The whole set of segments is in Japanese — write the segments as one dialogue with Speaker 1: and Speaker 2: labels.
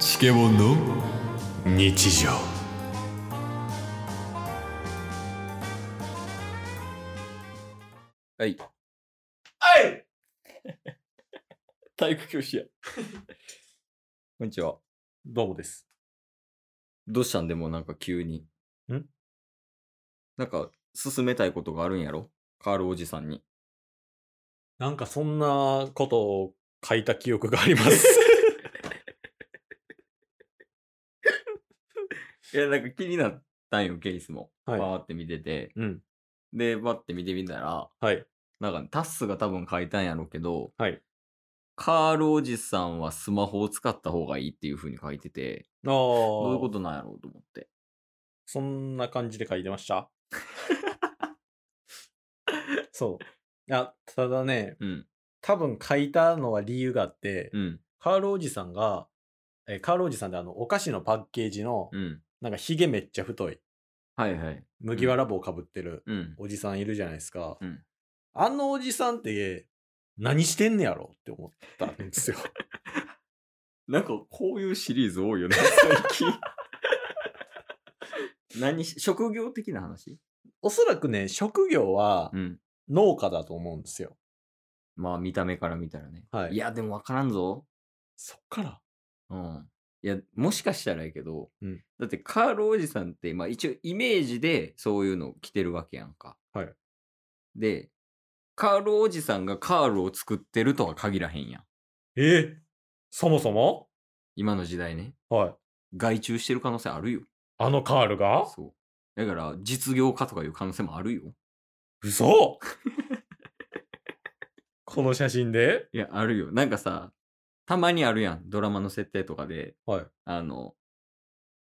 Speaker 1: チケボンの日常
Speaker 2: はい。
Speaker 3: はい
Speaker 2: 体育教 師や。こんにちは。
Speaker 3: どうもです。
Speaker 2: どうしたんでもなんか急に。
Speaker 3: ん
Speaker 2: なんか、進めたいことがあるんやろカールおじさんに。
Speaker 3: なんかそんなことを書いた記憶があり ます。
Speaker 2: いや、なんか気になったんよ、ケースも。
Speaker 3: はい
Speaker 2: パーって見てて。
Speaker 3: うん。
Speaker 2: で、バッて見てみたら、
Speaker 3: はい。
Speaker 2: なんかタッスが多分書いたんやろうけど、
Speaker 3: はい。
Speaker 2: カールおじさんはスマホを使った方がいいっていう風に書いてて、
Speaker 3: ああ。ど
Speaker 2: どういうことなんやろうと思って。
Speaker 3: そんな感じで書いてました そう。あ、ただね、
Speaker 2: うん。
Speaker 3: 多分書いたのは理由があって、
Speaker 2: うん。
Speaker 3: カールおじさんが、えーカールおじさんであの、お菓子のパッケージの、
Speaker 2: うん。
Speaker 3: なんかヒゲめっちゃ太い、
Speaker 2: はいはい。
Speaker 3: 麦わら帽かぶってる
Speaker 2: うん。
Speaker 3: おじさんいるじゃないですか。
Speaker 2: うん
Speaker 3: あのおじさんって、何してんねやろって思ったんです よ。
Speaker 2: なんかこういうシリーズ多いよね、最近。 何し、職業的な話
Speaker 3: おそらくね、職業は
Speaker 2: うん。
Speaker 3: 農家だと思うんですよ。
Speaker 2: まあ見た目から見たらね。
Speaker 3: はい
Speaker 2: いや、でも分からんぞ。
Speaker 3: そっから
Speaker 2: うん。いや、もしかしたらやけど、
Speaker 3: うん
Speaker 2: だってカールおじさんって、まあ一応イメージでそういうのを着てるわけやんか。
Speaker 3: はい。
Speaker 2: で、カールおじさんがカールを作ってるとは限らへんやん。
Speaker 3: えそもそも
Speaker 2: 今の時代ね。
Speaker 3: はい。
Speaker 2: 外注してる可能性あるよ。
Speaker 3: あのカールが
Speaker 2: そう。だから、実業家とかいう可能性もあるよ。
Speaker 3: 嘘この写真で
Speaker 2: いや、あるよ。なんかさ、たまにあるやん。ドラマの設定とかで、
Speaker 3: はい。
Speaker 2: あの、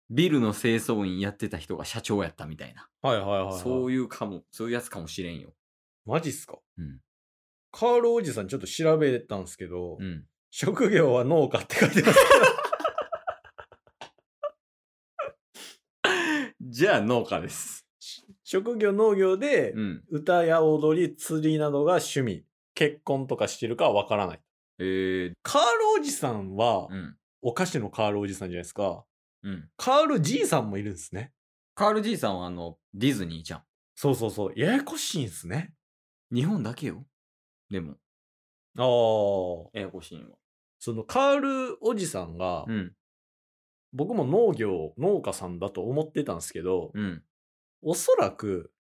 Speaker 2: ビルの清掃員やってた人が社長やったみたいな。
Speaker 3: はいはいはい、はい。
Speaker 2: そういうかも、そういうやつかもしれんよ。
Speaker 3: マジっすか
Speaker 2: うん。
Speaker 3: カールおじさんちょっと調べたんですけど、
Speaker 2: うん。
Speaker 3: 職業は農家って書いてます けど
Speaker 2: じゃあ、農家です。
Speaker 3: 職業農業で、
Speaker 2: うん。
Speaker 3: 歌や踊り、釣りなどが趣味。結婚とかしてるかはわからない。
Speaker 2: えー、
Speaker 3: カールおじさんは、
Speaker 2: うん。
Speaker 3: お菓子のカールおじさんじゃないですか。
Speaker 2: うん。
Speaker 3: カールじいさんもいるんですね。
Speaker 2: カール爺さんは、あの、ディズニーじゃん。
Speaker 3: そうそうそう。ややこしいんすね。
Speaker 2: 日本だけよ。でも、
Speaker 3: ああ。
Speaker 2: ややこしいんは。
Speaker 3: そのカールおじさんが、
Speaker 2: うん。
Speaker 3: 僕も農業、農家さんだと思ってたんですけど、
Speaker 2: うん。
Speaker 3: おそらく、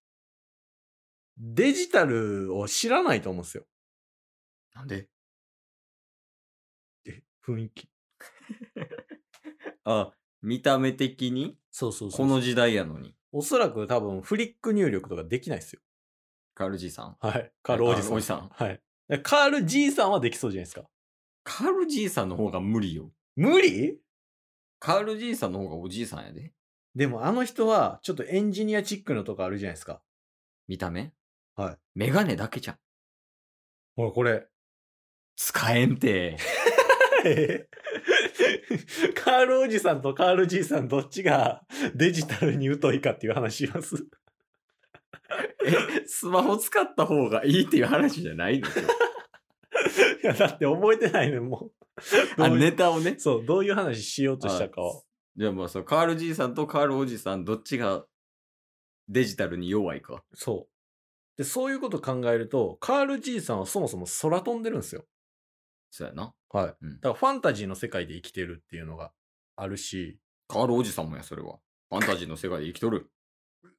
Speaker 3: デジタルを知らないと思うんですよ。
Speaker 2: なんで
Speaker 3: え、雰囲気。
Speaker 2: あ、見た目的に、
Speaker 3: そうそう
Speaker 2: この時代やのに。
Speaker 3: おそらく多分フリック入力とかできないですよ。
Speaker 2: カール爺さん。
Speaker 3: はい。カールおじさん。
Speaker 2: おじさん。
Speaker 3: はい。だからカールじいさんはできそうじゃないですか。
Speaker 2: カール爺さんの方が無理よ。
Speaker 3: 無理
Speaker 2: カール爺さんの方がおじいさんやで。
Speaker 3: でもあの人は、ちょっとエンジニアチックのとこあるじゃないですか。
Speaker 2: 見た目
Speaker 3: はい。
Speaker 2: メガネだけじゃん。
Speaker 3: ほら、これ、
Speaker 2: 使えんて。
Speaker 3: えー カールおじさんとカールじいさんどっちがデジタルに疎いかっていう話します。
Speaker 2: え、 スマホ使った方がいいっていう話じゃないの
Speaker 3: いやだって覚えてないのも う。
Speaker 2: あ、
Speaker 3: どういう
Speaker 2: ネタをね。
Speaker 3: そう、どういう話しようとしたかを。
Speaker 2: じゃあまあそう、カール爺さんとカールおじさん、どっちがデジタルに弱いか。
Speaker 3: そう。で、そういうこと考えると、カールじいさんはそもそも空飛んでるんですよ。
Speaker 2: そうやな。
Speaker 3: はい。
Speaker 2: うん
Speaker 3: だからファンタジーの世界で生きてるっていうのがあるし、
Speaker 2: カールおじさんもや、それは。ファンタジーの世界で生きとる。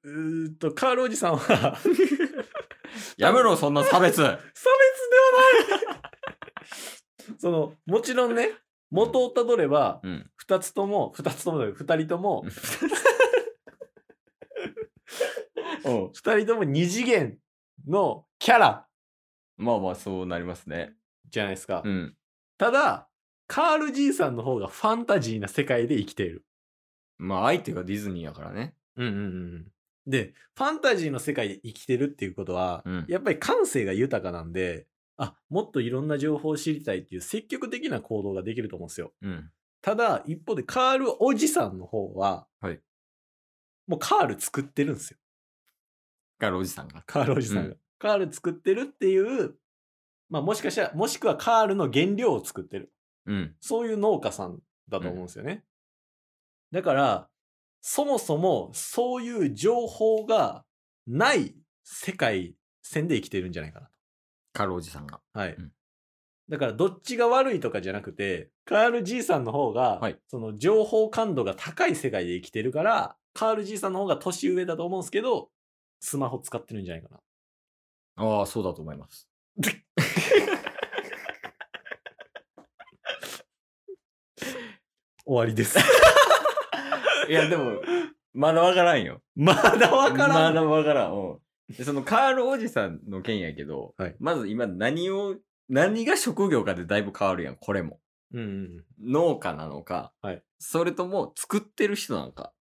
Speaker 3: うーっと、カールおじ さんは、差別で
Speaker 2: やめろ、そんな差 別
Speaker 3: はないその、もちろんね、元をたどれば、
Speaker 2: うん。
Speaker 3: 二つとも、二つともだよ、二人とも、
Speaker 2: うん。
Speaker 3: 二人とも二次元のキャラ
Speaker 2: まあまあ、そうなりますね。
Speaker 3: じゃないですか。
Speaker 2: うん。
Speaker 3: ただ、カール爺さんの方がファンタジーな世界で生きている。
Speaker 2: まあ、相手がディズニーやからね。
Speaker 3: うんうんうん。で、ファンタジーの世界で生きてるっていうことは、
Speaker 2: うん
Speaker 3: やっぱり感性が豊かなんで、あ、もっといろんな情報を知りたいっていう積極的な行動ができると思うんですよ。
Speaker 2: うん。
Speaker 3: ただ、一方でカールおじさんの方は、
Speaker 2: はい
Speaker 3: もうカール作ってるんですよ。
Speaker 2: カールおじさんが。
Speaker 3: カールおじさんが、
Speaker 2: うん
Speaker 3: カール作ってるっていう、まあもしかしたら、もしくはカールの原料を作ってる。
Speaker 2: うん。
Speaker 3: そういう農家さんだと思うんですよね。だから、そもそもそういう情報がない世界線で生きてるんじゃないかな
Speaker 2: カールおじさんが。
Speaker 3: と。はい。
Speaker 2: うん
Speaker 3: だから、どっちが悪いとかじゃなくて、カール爺さんの方が、
Speaker 2: はい
Speaker 3: その情報感度が高い世界で生きてるから、カール爺さんの方が年上だと思うんですけど、スマホ使ってるんじゃないかな。
Speaker 2: ああ、そうだと思います。
Speaker 3: 終わりです。
Speaker 2: いや、でも、まだわからんよ。
Speaker 3: まだわから
Speaker 2: ま
Speaker 3: ん。
Speaker 2: だわからん。うんでそのカールおじさんの件やけど、
Speaker 3: はい
Speaker 2: まず今何を、何が職業かでだいぶ変わるやん、これも。
Speaker 3: うんうん
Speaker 2: 農家なのか、
Speaker 3: はい
Speaker 2: それとも作ってる人なのか。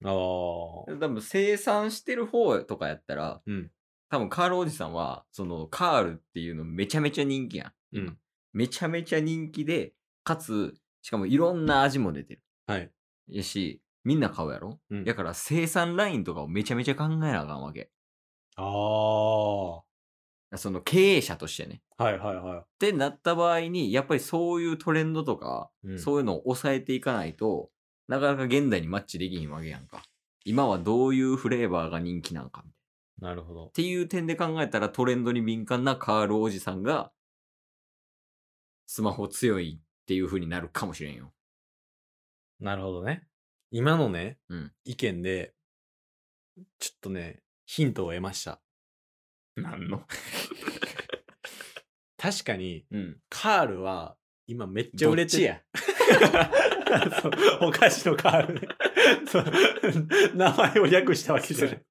Speaker 3: うん。ああ。
Speaker 2: 多分生産してる方とかやったら、
Speaker 3: うん
Speaker 2: 多分カールおじさんは、そのカールっていうのめちゃめちゃ人気やん。
Speaker 3: うん
Speaker 2: めちゃめちゃ人気で、かつ、しかもいろんな味も出てる。
Speaker 3: はい。
Speaker 2: やし、みんな買うやろ、
Speaker 3: うん
Speaker 2: だから生産ラインとかをめちゃめちゃ考えなあかんわけ。
Speaker 3: ああ。は
Speaker 2: その経営者としてね。
Speaker 3: いはいは
Speaker 2: ってなった場合に、やっぱりそういうトレンドとか、
Speaker 3: い。うん
Speaker 2: そういうのを抑えていかないと、なかなか現代にマッチできひんわけやんか。今はどういうフレーバーが人気なんか。っ
Speaker 3: なるほど。
Speaker 2: ていう点で考えたらトレンドに敏感なカールおじさんが、スマホ強いっていう風になるかもしれんよ。
Speaker 3: なるほどね。今のね、
Speaker 2: うん
Speaker 3: 意見で、ちょっとね、ヒントを得ました。
Speaker 2: なんの
Speaker 3: 確かに、
Speaker 2: うん。
Speaker 3: カールは、今めっちゃ売れて
Speaker 2: どっ
Speaker 3: そうお菓子のカー ルね。そう名前を略したわけじゃない。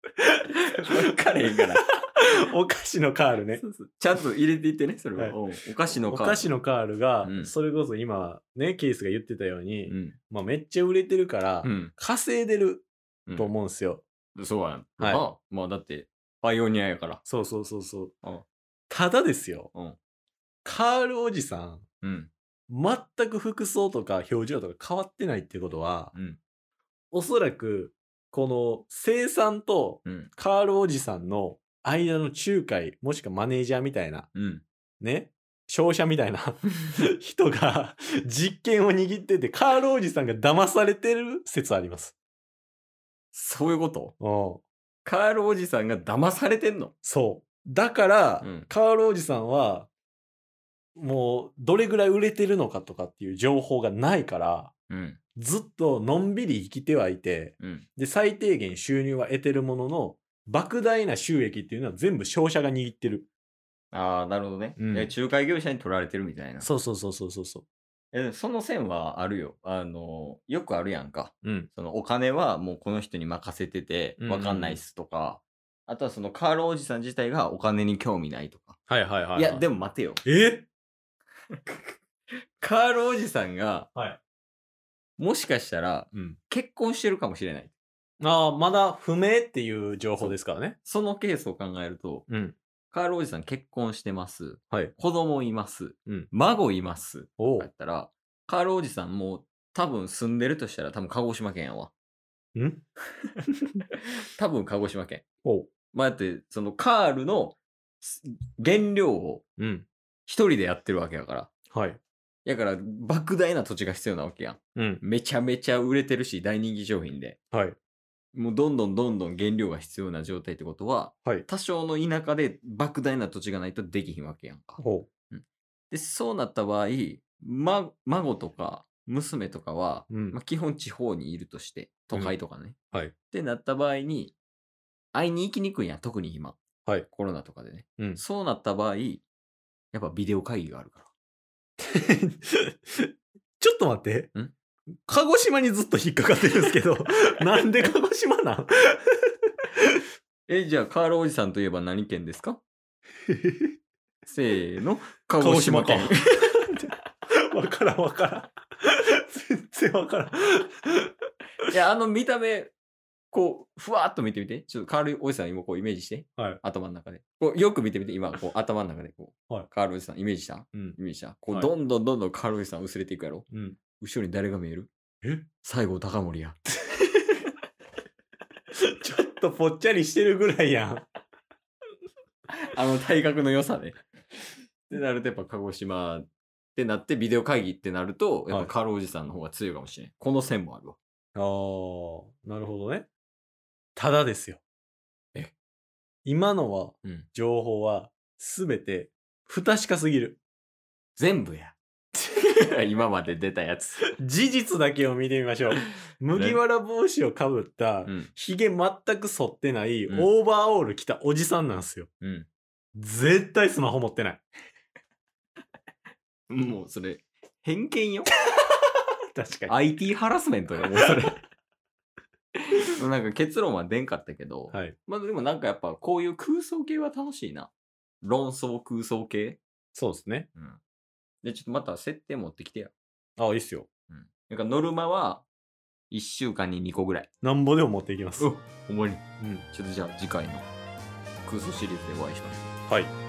Speaker 2: わかれへんから。
Speaker 3: お菓子のカールね。
Speaker 2: ちゃんと入れていってね、それは。
Speaker 3: はい
Speaker 2: うんお菓子の
Speaker 3: お
Speaker 2: カール。
Speaker 3: 菓子のカールが、
Speaker 2: うん
Speaker 3: それこそ今、ね、ケースが言ってたように、
Speaker 2: うん。
Speaker 3: まあ、めっちゃ売れてるから、
Speaker 2: うん。
Speaker 3: 稼いでる
Speaker 2: うん
Speaker 3: と思うんですよ。
Speaker 2: そうやん。
Speaker 3: はい
Speaker 2: あまあだって、パイオニアやから。
Speaker 3: そうそうそうそう。
Speaker 2: うん
Speaker 3: ただですよ、
Speaker 2: うん
Speaker 3: カールおじさん、
Speaker 2: うん。
Speaker 3: 全く服装とか表情とか変わってないってことは、
Speaker 2: うん
Speaker 3: おそらく、この生産と
Speaker 2: うん。
Speaker 3: カールおじさんの間の仲介、もしくはマネージャーみたいな、
Speaker 2: うん。
Speaker 3: ね、商社みたい な人が実権を握ってて、カールおじさんが騙されてる説あります。
Speaker 2: そういうこと
Speaker 3: うん
Speaker 2: カールおじさんが騙されてんの
Speaker 3: そう。だから、
Speaker 2: うん
Speaker 3: カールおじさんは、もう、どれぐらい売れてるのかとかっていう情報がないから、
Speaker 2: うん。
Speaker 3: ずっとのんびり生きてはいて、
Speaker 2: うん。
Speaker 3: で、最低限収入は得てるものの、莫大な収益っていうのは全部商社が握ってる。
Speaker 2: ああ、なるほどね、
Speaker 3: うん
Speaker 2: いや仲介業者に取られてるみたいな。
Speaker 3: そうそうそうそうそうそ
Speaker 2: えでもその線はあるよ。あの、よくあるやんか。
Speaker 3: う。うん。
Speaker 2: そのお金はもうこの人に任せてて
Speaker 3: う、ん
Speaker 2: わかんないっすとか、あとはそのカールおじさん自体がお金に興味ないとか。
Speaker 3: はいはいはい
Speaker 2: や、で
Speaker 3: も。
Speaker 2: も待てよ。
Speaker 3: え
Speaker 2: カールおじさんが、
Speaker 3: はい
Speaker 2: もしかしたら
Speaker 3: うん。
Speaker 2: 結婚してるかもしれない。
Speaker 3: ああ、まだ不明っていう情報ですからね。
Speaker 2: そのケースを考えると、
Speaker 3: うん。
Speaker 2: カールおじさん結婚してます。
Speaker 3: はい
Speaker 2: 子供います。
Speaker 3: うん
Speaker 2: 孫います。
Speaker 3: お
Speaker 2: だったら、カールおじさんも多分住んでるとしたら多分鹿児島県やわ。
Speaker 3: ん
Speaker 2: 多分鹿児島県。
Speaker 3: おう。
Speaker 2: まあ、だって、そのカールのす原料を
Speaker 3: うん。
Speaker 2: 一人でやってるわけやから。
Speaker 3: はい。
Speaker 2: やから、莫大な土地が必要なわけやん。
Speaker 3: うん。
Speaker 2: めちゃめちゃ売れてるし、大人気商品で。
Speaker 3: はい。
Speaker 2: もうどんどんどんどん原料が必要な状態ってことは、
Speaker 3: はい
Speaker 2: 多少の田舎で莫大な土地がないとできひんわけやんか。
Speaker 3: おう。
Speaker 2: で、そうなった場合、ま、孫とか娘とかは、
Speaker 3: うん
Speaker 2: まあ、基本地方にいるとして、都会とかね。
Speaker 3: うんはい
Speaker 2: ってなった場合に、会いに行きにくいやん、特に今。
Speaker 3: はい
Speaker 2: コロナとかでね。
Speaker 3: うん
Speaker 2: そうなった場合、やっぱビデオ会議があるから。
Speaker 3: ちょっと待って
Speaker 2: ん。
Speaker 3: 鹿児島にずっと引っかかってるんですけ ど、なんで鹿児島なん
Speaker 2: え、じゃあ、カールおじさんといえば何県ですかせーの、 鹿
Speaker 3: 児
Speaker 2: 児
Speaker 3: 島か
Speaker 2: 島県。
Speaker 3: わからんわからん。 全然わからん。
Speaker 2: いや、あの見た目、こう、ふわっと見てみて。ちょっとカールおじさん今こうイメージして。
Speaker 3: はい
Speaker 2: 頭の中で。こうよく見てみて、今こう頭の中でこう、
Speaker 3: はい
Speaker 2: カールおじさんイメージした
Speaker 3: うん。
Speaker 2: イメージした。こ
Speaker 3: はい
Speaker 2: う、どんどんどんどんカールおじさん薄れていくやろ。
Speaker 3: うん。
Speaker 2: 後ろに誰が見える
Speaker 3: え
Speaker 2: 西郷隆盛 や。
Speaker 3: ちょっとぽっちゃりしてるぐらいやん。
Speaker 2: あの体格の良さね。ってなるとやっぱ鹿児島っってなって、ビデオ会議ってなると、やっ
Speaker 3: は
Speaker 2: ぱ
Speaker 3: い
Speaker 2: カールおじさんの方が強いかもしれん。この線もあるわ。
Speaker 3: あー、なるほどね。ただですよ。
Speaker 2: え
Speaker 3: 今のは、
Speaker 2: うん
Speaker 3: 情報は、すべて、不確かすぎる。
Speaker 2: 全部や。 今まで出たやつ。
Speaker 3: 事実だけを見てみま しょう。麦わら帽子をかぶった
Speaker 2: う、ん。
Speaker 3: ひげ全く剃ってない、
Speaker 2: うん
Speaker 3: オーバーオール着たおじさんなんですよ。
Speaker 2: うん。
Speaker 3: 絶対スマホ持ってない。
Speaker 2: もうそれ、偏見よ。
Speaker 3: 確かに。
Speaker 2: IT ハラスメント よ、もうそれ。もうなんか結論は出んかったけど、
Speaker 3: はい。
Speaker 2: まあでもなんかやっぱこういう空想系は楽しいな。論争空想系。
Speaker 3: そうですね。
Speaker 2: うん。で、ちょっとまた設定持ってきてや。
Speaker 3: あ、いいっすよ。
Speaker 2: うん。なんかノルマは1週間に2個ぐらい。
Speaker 3: なんぼでも持っていきます。
Speaker 2: うんほんまに。
Speaker 3: うん
Speaker 2: ちょっとじゃあ次回の空想シリーズでお会いしましょう。
Speaker 3: はい。